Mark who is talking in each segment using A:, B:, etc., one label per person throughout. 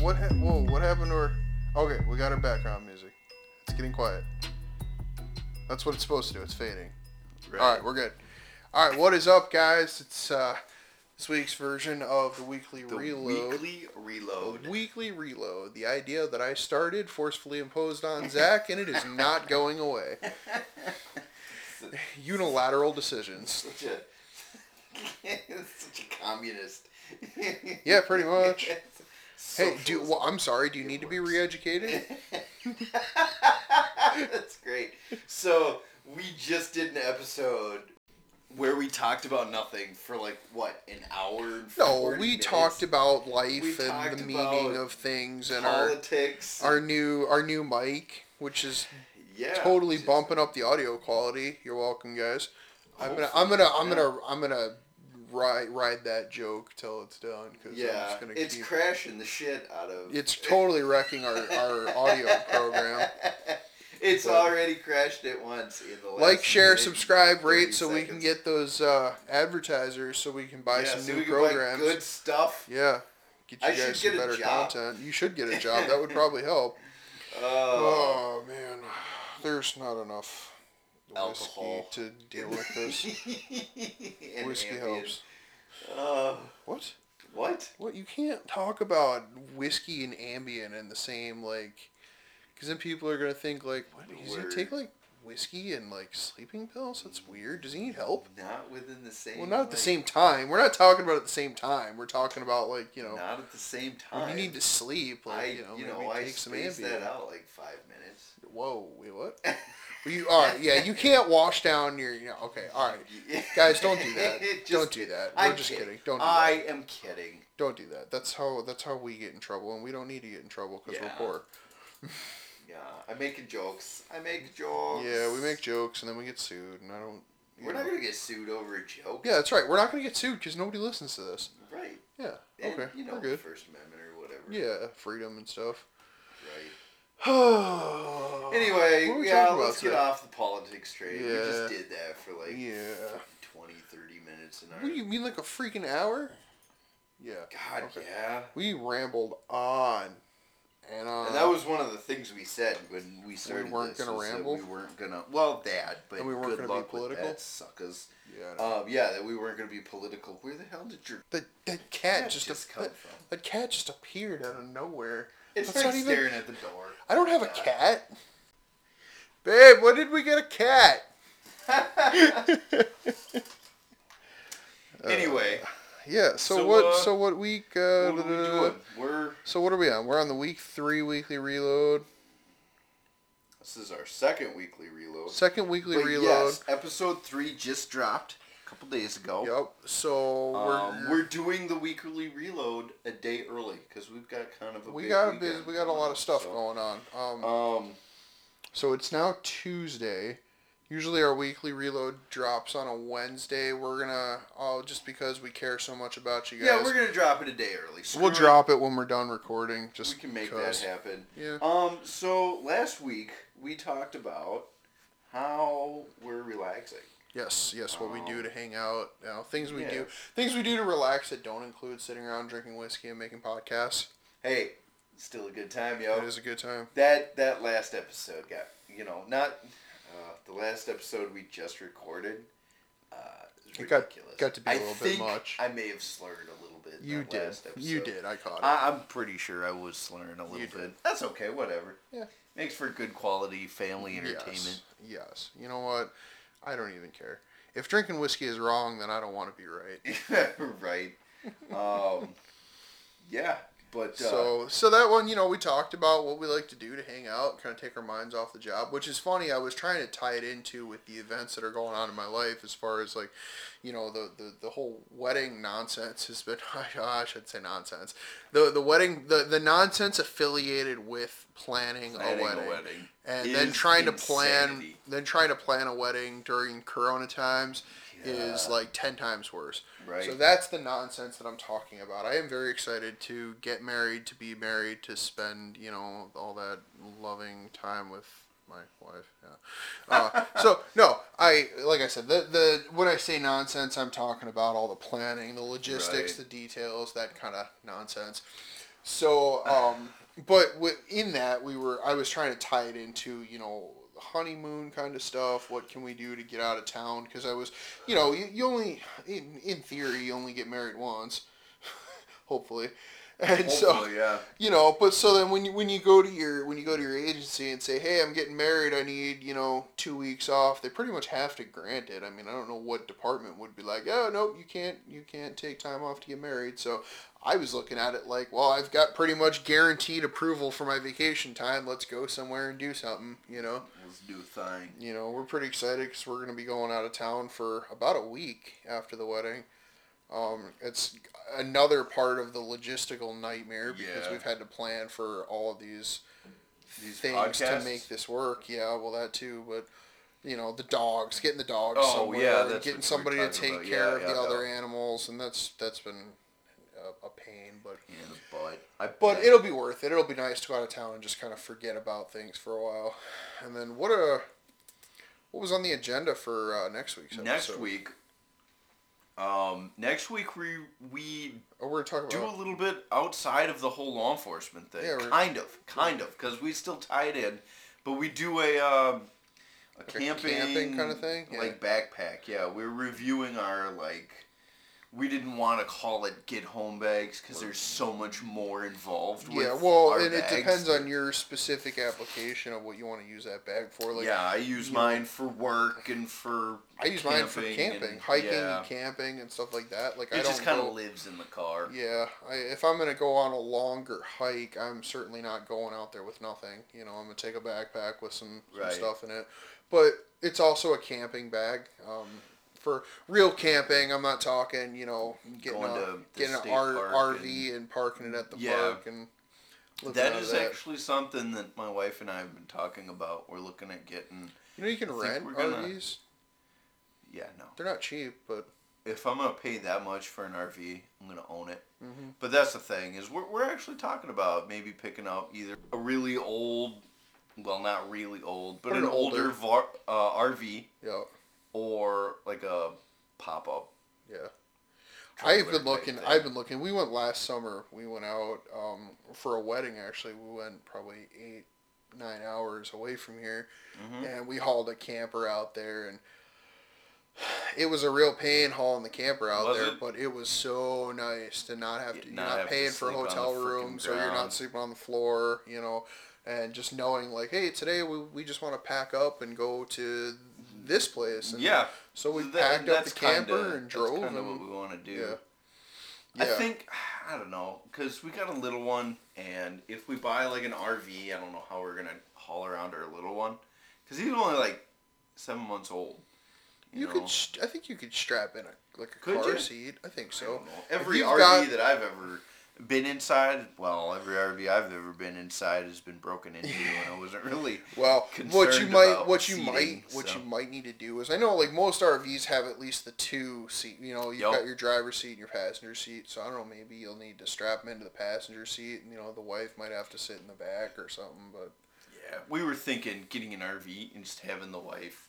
A: what? Ha- whoa! What happened to her? Okay, we got her background music. It's getting quiet. That's what it's supposed to do. It's fading. All right, we're good. All right, what is up, guys? It's uh, this week's version of the weekly
B: The
A: reload.
B: weekly reload.
A: Weekly reload. The idea that I started forcefully imposed on Zach, and it is not going away. Unilateral decisions.
B: Such a such a communist.
A: Yeah, pretty much. Hey,
B: Socialist.
A: do well, I'm sorry. Do you need to be
B: works.
A: re-educated?
B: That's great. So we just did an episode where we talked about nothing for like what an hour. And
A: No,
B: 40
A: we
B: minutes?
A: talked about life
B: We
A: and
B: talked
A: the meaning
B: about
A: of things and our
B: politics.
A: our new our new mic, which is
B: yeah,
A: totally
B: just-
A: bumping up the audio quality. You're welcome, guys. I'm gonna I'm
B: Hopefully,
A: gonna I'm
B: yeah.
A: gonna I'm gonna ride ride that joke till it's done because I'm
B: Yeah,
A: just gonna
B: it's
A: keep.
B: crashing the shit out of.
A: it's totally wrecking our, our audio program.
B: It's
A: But-
B: already crashed it once in the last
A: Like, share,
B: minute,
A: subscribe,
B: 30
A: rate, so we can
B: seconds.
A: get those uh, advertisers, so we can buy
B: Yeah,
A: some
B: so
A: new
B: we can buy
A: programs.
B: good stuff.
A: Yeah, get you
B: I should
A: guys some
B: get a
A: better
B: job.
A: content. You should get a job. That would probably help.
B: Oh.
A: Oh, man, there's not enough whiskey
B: Alcohol.
A: to deal with this.
B: And
A: whiskey
B: Ambien.
A: helps.
B: Uh,
A: What?
B: what?
A: What? You can't talk about whiskey and Ambien in the same like, because then people are gonna think like, what? Does he
B: Word.
A: take like whiskey and like sleeping pills? That's weird. Does he need help?
B: Not within the same.
A: Well, not at the
B: like,
A: same time. We're not talking about it at the same time. We're talking about like you know,
B: Not at the same
A: when
B: time.
A: you need to sleep, like
B: I,
A: you know, maybe
B: I
A: take some
B: spaced
A: Ambien.
B: that out like five minutes.
A: Whoa, wait, what? Well, you all right? Yeah, you can't wash down your. You know, okay, all right, guys, don't do that.
B: Just
A: don't do
B: kidding.
A: that. We're
B: I'm
A: just
B: kidding.
A: kidding. Don't. Do that.
B: I am kidding.
A: Don't do that. That's how that's how we get in trouble, and we don't need to get in trouble because
B: Yeah.
A: we're
B: Yeah, I'm making jokes. I make
A: poor.
B: jokes.
A: Yeah, we make jokes, and then we get sued, and I don't. you
B: We're not
A: know.
B: gonna get sued over a joke,
A: Yeah, that's right. We're not gonna get sued because nobody listens to this.
B: right?
A: Yeah.
B: And,
A: okay.
B: You know,
A: we're good.
B: First Amendment or whatever.
A: Yeah, freedom and stuff.
B: Right.
A: anyway,
B: Anyway, yeah, let's get off the politics train. We
A: Yeah.
B: just did that for like
A: Yeah.
B: 20, 30 minutes in our.
A: What do you mean, like a freaking hour? Yeah.
B: God,
A: Okay.
B: yeah.
A: We rambled on and on.
B: And that was one of the things we said when we started.
A: Uh, weren't
B: this,
A: gonna
B: was that
A: ramble?
B: We weren't gonna. Well, that, but
A: And we weren't
B: good
A: gonna be
B: luck with
A: political?
B: that, suckers.
A: Yeah. I know.
B: Um, yeah, that we weren't gonna be political. Where the hell did your
A: that that cat
B: that
A: just,
B: just
A: a-
B: come
A: that,
B: from?
A: that cat just appeared out of nowhere.
B: It's
A: That's
B: like
A: not even-
B: staring at the door. Uh,
A: I don't have a
B: Yeah.
A: cat. Babe, when did we get a cat?
B: anyway,
A: Yeah. So,
B: So,
A: what?
B: uh,
A: so what week? Uh,
B: what are we
A: da-da-da-da.
B: doing? We're
A: So what are we on? We're on the week three weekly reload.
B: this is our second weekly reload.
A: Second weekly
B: But
A: reload.
B: yes, episode three just dropped a couple days ago.
A: Yep. So
B: Um,
A: we're,
B: we're doing the weekly reload a day early because we've got kind of a
A: we
B: big
A: got a
B: weekend
A: busy. We got a lot of stuff
B: so,
A: going on. Um,
B: Um,
A: so it's now Tuesday. Usually our weekly reload drops on a Wednesday. We're gonna oh just because we care so much about you guys.
B: yeah, we're gonna drop it a day early. Screw
A: we'll
B: it.
A: drop it when we're done recording. Just
B: We can make
A: because.
B: that happen.
A: Yeah.
B: Um, so last week we talked about how we're relaxing.
A: Yes, yes, what we do
B: Um,
A: to hang out, you know, things we
B: yeah.
A: do, things we do to relax that don't include sitting around drinking whiskey and making podcasts.
B: Hey, still a good time, yo.
A: It is a good time.
B: that that last episode got you know not uh, the last episode we just recorded. Uh, is
A: It got-
B: ridiculous.
A: got to be a
B: I
A: little bit
B: think
A: much.
B: I may have slurred a little bit. in
A: You
B: that
A: did,
B: last episode. Ah,
A: you did. I caught it.
B: I, I'm pretty sure I was slurring a little
A: You
B: bit.
A: did.
B: That's okay. Whatever.
A: Yeah.
B: Makes for good quality family entertainment.
A: Yes, yes. You know what? I don't even care. If drinking whiskey is wrong, then I don't want to be right.
B: right. Um, yeah. But uh,
A: So, so that one, you know, we talked about what we like to do to hang out, kind of take our minds off the job, which is funny. I was trying to tie it into with the events that are going on in my life, as far as like, you know, the the, the whole wedding nonsense has been. oh I should say nonsense. The the wedding the the nonsense affiliated with planning,
B: planning
A: a wedding.
B: wedding.
A: And
B: is
A: then trying to plan,
B: insanity.
A: then trying to plan a wedding during Corona times is
B: Yeah.
A: like ten times worse.
B: Right.
A: So that's the nonsense that I'm talking about. I am very excited to get married, to be married, to spend you know all that loving time with my wife. Yeah. Uh, so no, I like I said the the when I say nonsense, I'm talking about all the planning, the logistics,
B: Right.
A: the details, that kind of nonsense. So, um, but in that we were, I was trying to tie it into you know honeymoon kind of stuff. What can we do to get out of town? Because I was, you know, you, you only in in theory you only get married once, hopefully, and so
B: Hopefully, yeah.
A: you know but so then when you when you go to your when you go to your agency and say hey i'm getting married i need you know two weeks off they pretty much have to grant it i mean i don't know what department would be like oh nope you can't you can't take time off to get married so i was looking at it like well i've got pretty much guaranteed approval for my vacation time let's go somewhere and do something you know
B: Let's do a thing.
A: you know we're pretty excited because we're going to be going out of town for about a week after the wedding um, it's another part of the logistical nightmare because
B: Yeah.
A: we've had to plan for all of these,
B: These
A: things
B: podcasts?
A: to make this work yeah well that too but you know the dogs getting the dogs
B: Oh,
A: somewhere
B: yeah,
A: and getting
B: that's what you were
A: somebody to
B: talking
A: take
B: about.
A: care
B: Yeah,
A: of
B: yeah,
A: the other animals and that's that's been a, a pain but
B: Yeah, the butt. I
A: but
B: bet.
A: it'll be worth it. It'll be nice to go out of town and just kind of forget about things for a while. And then what a what was on the agenda for uh, next week's episode?
B: next week. Um, next week we we
A: Oh, we're talking
B: do a
A: about
B: little bit outside of the whole law enforcement thing.
A: Yeah, we're-
B: kind of, kind of, because we still tie it in, but we do a um, a
A: a
B: camping,
A: camping kinda thing? Yeah.
B: like backpack. Yeah, we're reviewing our like. We didn't want to call it get home bags because there's so much more involved. With
A: yeah. Well,
B: our
A: and it
B: bags.
A: depends on your specific application of what you want to use that bag for. Like
B: yeah, I use
A: you-
B: mine for work and for.
A: I use mine for
B: camping
A: camping,
B: and-
A: hiking,
B: yeah.
A: and camping, and stuff like that. Like
B: It
A: I don't
B: just kind
A: go-
B: of lives in the car.
A: Yeah, I, if I'm gonna go on a longer hike, I'm certainly not going out there with nothing. You know, I'm gonna take a backpack with some, some
B: Right.
A: stuff in it. But it's also a camping bag. Um, for real camping, I'm not talking. You know, getting
B: Going
A: a,
B: to the
A: getting an
B: state
A: R,
B: park
A: RV and, parking it at the
B: Yeah.
A: park and living
B: That
A: out of
B: is actually something that my wife and I have been talking about. We're looking at getting.
A: you know you can
B: think we're
A: rent
B: gonna-
A: RVs.
B: Yeah, no.
A: They're not cheap, but
B: If I'm gonna pay that much for an RV, I'm gonna own it.
A: Mhm.
B: But that's the thing is we're we're actually talking about maybe picking up either a really old, well, not really old, but
A: Or
B: an,
A: an
B: older,
A: older.
B: var, uh, RV
A: yeah,
B: or like a pop up.
A: yeah. I've been looking. I've been looking. We went last summer. We went out um, for a wedding. Actually, we went probably eight, nine hours away from here,
B: Mhm.
A: and we hauled a camper out there, and it was a real pain hauling the camper out
B: Was
A: there.
B: it?
A: But it was so nice to not have to. You're
B: Not
A: not,
B: have to
A: paying for
B: sleep on the
A: hotel
B: frickin'
A: rooms, or you're
B: ground.
A: not sleeping on the floor. You know, and just knowing like, hey, today we we just want to pack up and go to this place. And
B: Yeah,
A: So we
B: Th-
A: packed up the
B: that's
A: camper
B: kinda-
A: and drove.
B: That's kind of
A: and-
B: what we want to do.
A: yeah.
B: I
A: Yeah.
B: think I don't know because we got a little one, and if we buy like an RV, I don't know how we're gonna haul around our little one because he's only like seven months old.
A: You,
B: know?
A: could. St- I think you could strap in a like a
B: Could
A: car
B: you?
A: seat. I think
B: I
A: so.
B: don't know. every
A: you've
B: RV
A: got-
B: that I've ever been inside, well, every RV I've ever been inside has been broken into, and I wasn't really.
A: Well, what you
B: concerned
A: might,
B: about
A: what you
B: seating,
A: might, what
B: so.
A: you might need to do is, I know like most RVs have at least the two seat. You know, you've
B: Yup.
A: got your driver's seat and your passenger seat. So I don't know. Maybe you'll need to strap them into the passenger seat, and you know the wife might have to sit in the back or something. But
B: Yeah, we were thinking getting an RV and just having the wife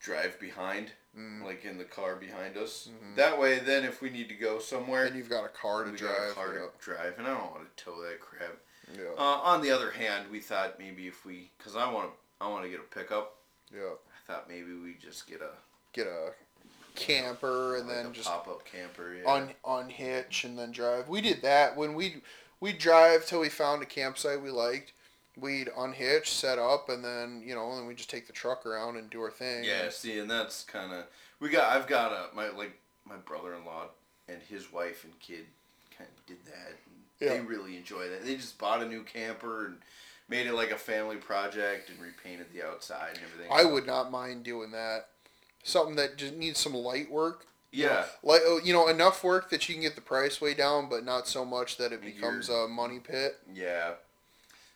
B: drive behind,
A: Mm-hmm. mm,
B: like in the car behind us. That way, then if we need to go somewhere,
A: and you've got a car to
B: we
A: drive.
B: got a car to drive, and I don't want to tow that crap.
A: yeah, yeah,
B: Uh, on the other hand, we thought maybe if we, cause I want to, I want to get a pickup.
A: yeah.
B: I thought maybe we just get a
A: Get a camper and
B: like
A: then
B: a
A: just
B: pop up camper. Yeah.
A: un, unhitch and then drive. We did that when we we drive till we found a campsite we liked. We'd unhitch, set up, and then you know, and we just take the truck around and do our thing.
B: yeah, see, and that's kind of we got. I've got a my like my brother in law and his wife and kid kind of did that. And They
A: Yeah.
B: really enjoy that. They just bought a new camper and made it like a family project and repainted the outside and everything.
A: I would not mind doing that. Something that just needs some light work,
B: yeah.
A: like oh, you know, enough work that you can get the price way down, but not so much that it
B: You're-
A: becomes a money pit.
B: Yeah.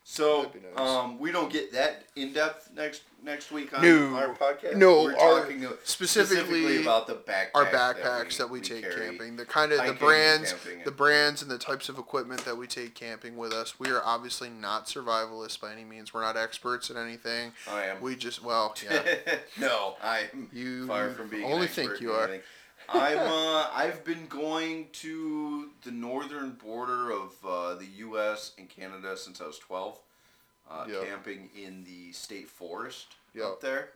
B: So
A: That'd be nice.
B: um, we don't get that in depth next next week on
A: No.
B: our podcast.
A: No,
B: we're
A: our-
B: talking o-
A: specifically
B: about the backpacks.
A: Our backpacks that we, take
B: carry.
A: camping, the kind of
B: Hiking
A: the
B: and
A: brands,
B: camping
A: the
B: and-
A: brands and the types of equipment that we take camping with us. We are obviously not survivalists by any means. We're not experts at anything.
B: I am.
A: We just well, yeah.
B: no, I'm
A: You
B: far from being. an
A: only
B: expert
A: think
B: in
A: you are.
B: anything. I'm uh, I've been going to the northern border of uh, the U.S. and Canada since I was 12, uh,
A: Yep.
B: camping in the state forest
A: Yep.
B: up there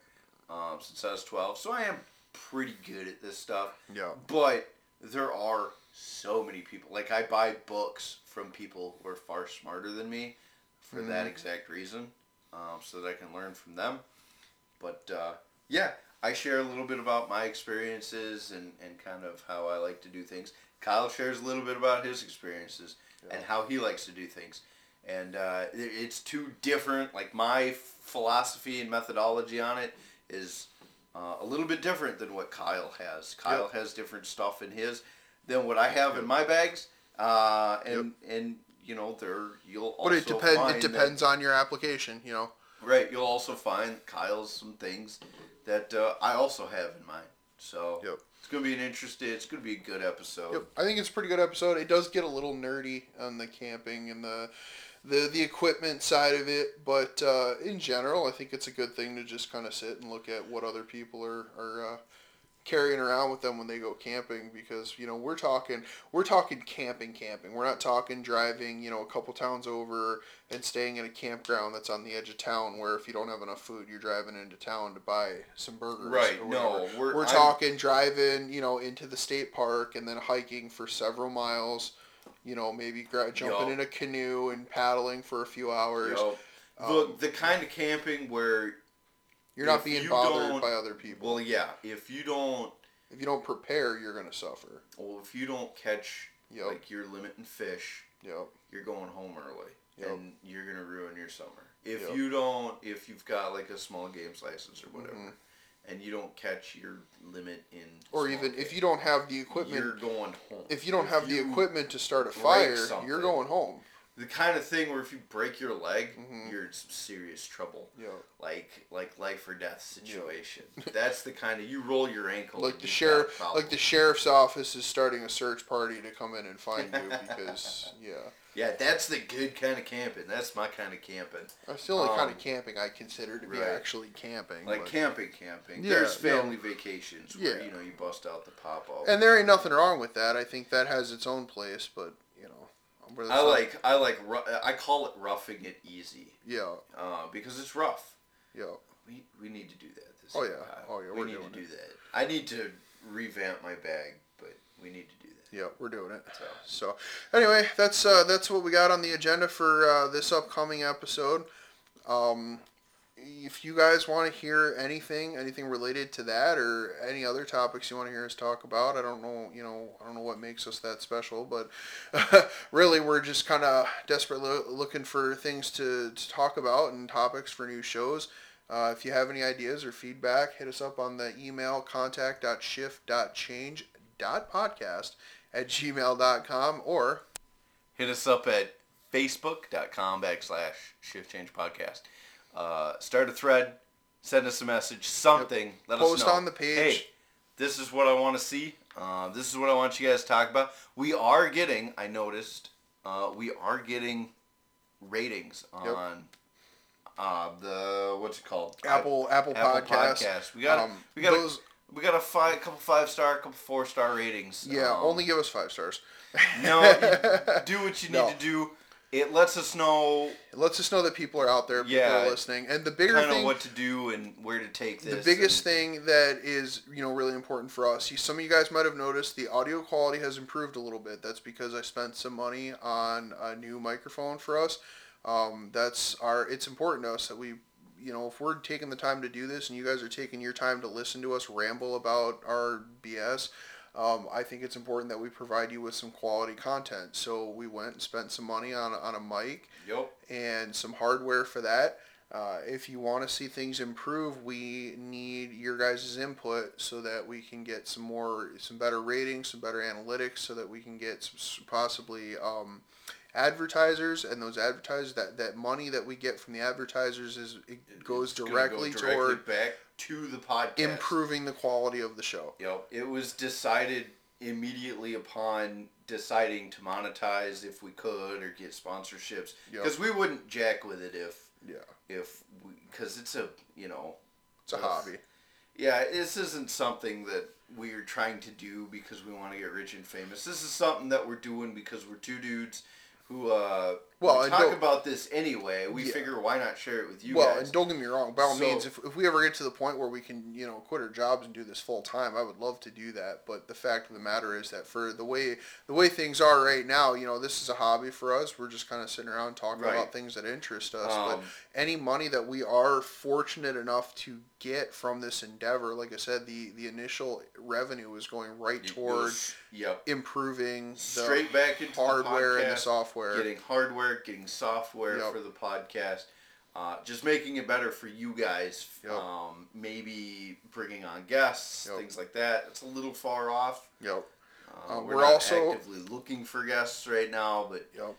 B: um, since I was 12. So I am pretty good at this stuff,
A: Yeah.
B: but there are so many people. Like I buy books from people who are far smarter than me for that
A: Mhm.
B: exact reason, um, so that I can learn from them. But uh, yeah, I share a little bit about my experiences and, and kind of how I like to do things. Kyle shares a little bit about his experiences
A: Yeah.
B: and how he likes to do things. And uh, it- it's too different. Like my philosophy and methodology on it is uh, a little bit different than what Kyle has. Kyle
A: Yep.
B: has different stuff in his than what I have in my bags. Uh, and and you know there you'll also
A: But it depends.
B: find
A: It
B: that-
A: depends on your application. You know.
B: Right. You'll also find Kyle's some things that uh, I also have in mind. So
A: Yep.
B: it's gonna be an interesting. It's gonna be a good episode.
A: Yep. I think it's a pretty good episode. It does get a little nerdy on the camping and the the the equipment side of it, but uh, in general, I think it's a good thing to just kind of sit and look at what other people are are. Uh, carrying around with them when they go camping because you know we're talking we're talking camping camping we're not talking driving you know a couple towns over and staying at a campground that's on the edge of town where if you don't have enough food you're driving into town to buy some burgers
B: Right.
A: or whatever.
B: No, we're,
A: We're
B: I'm-
A: talking driving, you know, into the state park and then hiking for several miles. You know, maybe gra- jumping
B: Yup.
A: in a canoe and paddling for a few hours.
B: Yo,
A: Um,
B: the the kind of camping where
A: you're not
B: if
A: being
B: you
A: bothered
B: don't-
A: by other people.
B: well yeah if you don't
A: if you don't prepare, you're gonna suffer.
B: well if you don't catch
A: Yep,
B: like your limit in fish
A: yep,
B: you're going home early
A: Yep.
B: and you're gonna ruin your summer if
A: Yep.
B: you don't if you've got like a small games license or whatever
A: Mhm.
B: and you don't catch your limit in
A: Or
B: small
A: even
B: game,
A: if you don't have the equipment,
B: you're going home
A: if you don't have
B: you-
A: the equipment to start a
B: break
A: fire,
B: something.
A: you're going home.
B: the kind of thing where if you break your leg
A: Mhm.
B: you're in some serious trouble
A: Yep.
B: like like life or death situation that's the kind of you roll your ankle
A: Like
B: and
A: the
B: you've oh, got
A: sheriff, like
B: problems.
A: the sheriff's office is starting a search party to come in and find you because yeah.
B: Yeah, that's the good kind of camping. That's my kind of camping.
A: That's the only kind
B: Um,
A: of camping I consider to be
B: right.
A: actually camping.
B: Like
A: but-
B: camping, camping.
A: Yeah,
B: There's
A: no.
B: family vacations where
A: Yeah.
B: you know you bust out the pop off.
A: and there ain't nothing wrong with that. I think that has its own place, but you know, I'm really
B: I like I like ru- I call it roughing it easy
A: yeah,
B: uh, because it's rough.
A: yeah,
B: We, we need to do that. This
A: Oh,
B: year,
A: yeah.
B: Kyle.
A: Oh, yeah,
B: We
A: we're
B: need
A: doing
B: to do that. I need to revamp my bag, but we need to do
A: yeah. We're doing it.
B: that. So
A: So anyway, that's uh, that's what we got on the agenda for uh, this upcoming episode. Um, if you guys want to hear anything, anything related to that, or any other topics you want to hear us talk about, I don't know, you know, I don't know what makes us that special, but really, we're just kind of desperately looking for things to, to talk about and topics for new shows. Uh, if you have any ideas or feedback, hit us up on the email contact.shift.change.podcast at gmail.com or
B: hit us up at facebook.com backslash shift change podcast. Uh, start a thread, send us a message, something. Let
A: post
B: us know.
A: on the page.
B: Hey, this is what I want to see. Uh, this is what I want you guys to talk about. We are getting, I noticed, uh, we are getting ratings on uh, the what's it called?
A: Apple Apple,
B: Apple
A: Podcast.
B: Podcast. We got
A: Um,
B: we got
A: those,
B: we got a five, couple five star, couple four star ratings.
A: yeah.
B: Um,
A: only give us five stars.
B: no. you do what you need
A: No.
B: to do. It lets us know
A: It lets us know that people are out there, people
B: Yeah.
A: are listening, and the bigger
B: kind of
A: thing,
B: what to do and where to take this.
A: the biggest
B: and-
A: thing that is you know really important for us. You, some of you guys might have noticed the audio quality has improved a little bit. That's because I spent some money on a new microphone for us. Um, that's our. It's important to us that we. You know, if we're taking the time to do this, and you guys are taking your time to listen to us ramble about our BS, um, I think it's important that we provide you with some quality content. So we went and spent some money on a- on a mic
B: Yup.
A: and some hardware for that. Uh, if you want to see things improve, we need your guys' input so that we can get some more, some better ratings, some better analytics, so that we can get some, s- possibly um, advertisers. And those advertisers, that, that money that we get from the advertisers is it goes
B: It's gonna
A: directly,
B: go directly
A: toward
B: back to the podcast.
A: improving the quality of the show.
B: You know, it was decided immediately upon deciding to monetize if we could or get sponsorships
A: Yep.
B: because we wouldn't jack with it if
A: Yeah,
B: if because it's a you know
A: it's a
B: Yes.
A: hobby.
B: yeah this isn't something that we're trying to do because we want to get rich and famous. This is something that we're doing because we're two dudes who uh,
A: Well,
B: we
A: and
B: talk
A: don't-
B: about this anyway. We
A: Yeah.
B: figure why not share it with you
A: well,
B: guys?
A: and don't get me wrong. By all
B: So-
A: means, if, if we ever get to the point where we can, you know, quit our jobs and do this full time, I would love to do that. But the fact of the matter is that for the way the way things are right now, you know, this is a hobby for us. We're just kind of sitting around talking
B: Right.
A: about things that interest us. but
B: Um,
A: any money that we are fortunate enough to get from this endeavor, like I said, the the initial revenue is going right
B: it
A: toward
B: goes- yep
A: improving the
B: straight back into
A: hardware and the
B: podcast.
A: software.
B: getting hardware, getting software
A: Yep.
B: for the podcast, uh, just making it better for you guys.
A: Yep.
B: Um, maybe bringing on guests,
A: Yep.
B: things like that. It's a little far off.
A: Yep.
B: Uh,
A: Uh,
B: we're
A: we're
B: not
A: also-
B: actively looking for guests right now, but
A: Yep.
B: um,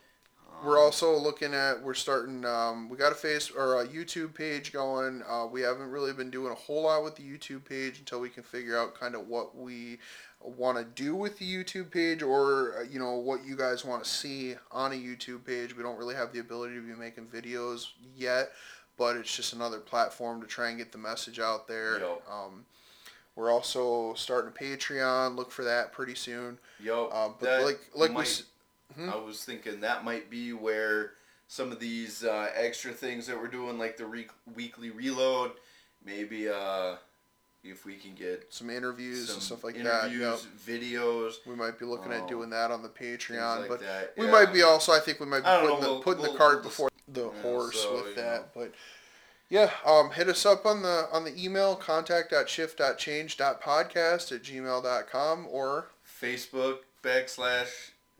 A: We're also looking at we're starting um, we got a face or a YouTube page going. Uh, we haven't really been doing a whole lot with the YouTube page until we can figure out kind of what we want to do with the YouTube page or uh, you know what you guys want to see on a YouTube page. We don't really have the ability to be making videos yet, but it's just another platform to try and get the message out there.
B: Yep.
A: Um, we're also starting a Patreon. Look for that pretty soon.
B: yo,
A: Uh, but
B: that
A: like like we
B: might-
A: s- Hmm?
B: I was thinking that might be where some of these uh, extra things that we're doing, like the re- weekly reload, maybe uh, if we can get
A: some interviews
B: some
A: and stuff like that.
B: interviews,
A: Yep.
B: videos,
A: We might be looking
B: Um,
A: at doing that on the
B: things
A: Patreon,
B: like
A: but
B: that.
A: we
B: yeah.
A: might be also. I think we might be
B: I don't
A: putting
B: know,
A: the
B: we'll-
A: putting
B: we'll-
A: the cart
B: we'll
A: before the
B: yeah,
A: horse
B: so, you
A: with that.
B: know.
A: But yeah, um, hit us up on the on the email contact.shift.change.podcast at gmail.com or
B: Facebook backslash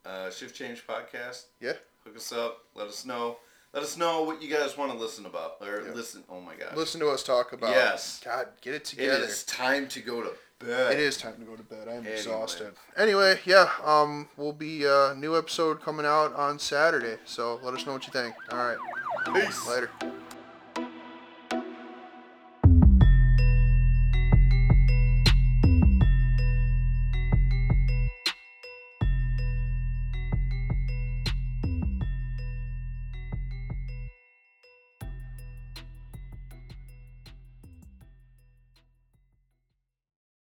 B: uh, Shift Change Podcast.
A: Yeah.
B: Hook us up. Let us know. Let us know what you guys want to listen about or
A: Yeah.
B: listen. Oh my God.
A: listen to us talk about.
B: Yes.
A: God, get it
B: It
A: together.
B: is time to go to bed.
A: It is time to go to bed. I'm
B: Anyway.
A: exhausted. Anyway, yeah, um, we'll be uh, new episode coming out on Saturday. So let us know what you think. All right,
B: Peace.
A: later.
B: Bye.